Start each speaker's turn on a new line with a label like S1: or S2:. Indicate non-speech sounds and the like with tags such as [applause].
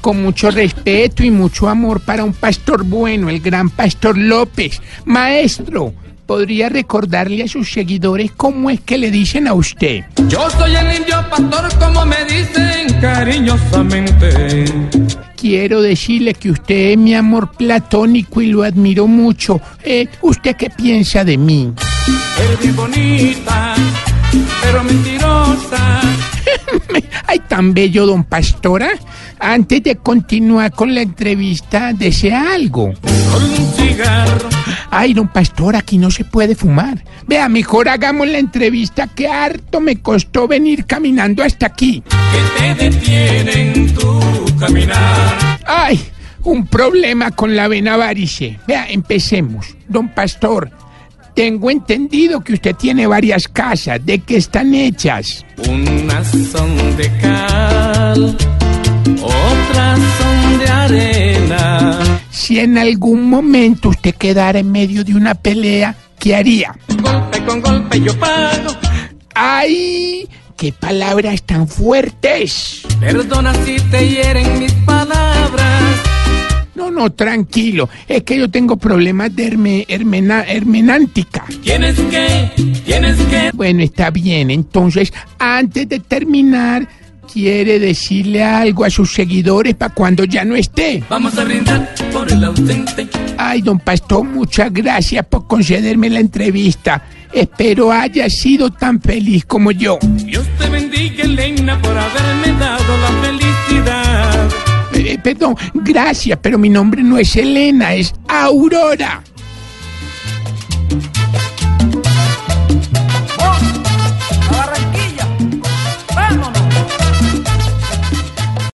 S1: Con mucho respeto y mucho amor para un pastor bueno, el gran pastor López. Maestro, ¿podría recordarle a sus seguidores cómo es que le dicen a usted?
S2: Yo soy el indio pastor, como me dicen cariñosamente.
S1: Quiero decirle que usted es mi amor platónico y lo admiro mucho. Eh, ¿Usted qué piensa de mí? [laughs]
S2: Eres muy bonita, pero mentirosa.
S1: Ay, tan bello, don Pastora. Antes de continuar con la entrevista, desea algo.
S2: Con un cigarro,
S1: Ay, don Pastor, aquí no se puede fumar. Vea, mejor hagamos la entrevista que harto me costó venir caminando hasta aquí.
S2: que te detiene en tu caminar.
S1: Ay, un problema con la vena varice. Vea, empecemos. Don Pastor, tengo entendido que usted tiene varias casas. ¿De qué están hechas?
S2: Unas son de cal, otras son de arena.
S1: Si en algún momento usted quedara en medio de una pelea, ¿qué haría?
S2: Golpe con golpe yo pago.
S1: ¡Ay! ¡Qué palabras tan fuertes!
S2: Perdona si te hieren mis palabras.
S1: No, no, tranquilo. Es que yo tengo problemas de herme- hermena- hermenántica.
S2: Tienes que, tienes que.
S1: Bueno, está bien. Entonces, antes de terminar, quiere decirle algo a sus seguidores para cuando ya no esté.
S2: Vamos a brindar por el ausente.
S1: Ay, don Pastor, muchas gracias por concederme la entrevista. Espero haya sido tan feliz como yo.
S2: Dios te bendiga, Elena, por haberme dado la felicidad.
S1: Eh, eh, perdón, gracias, pero mi nombre no es Elena, es Aurora.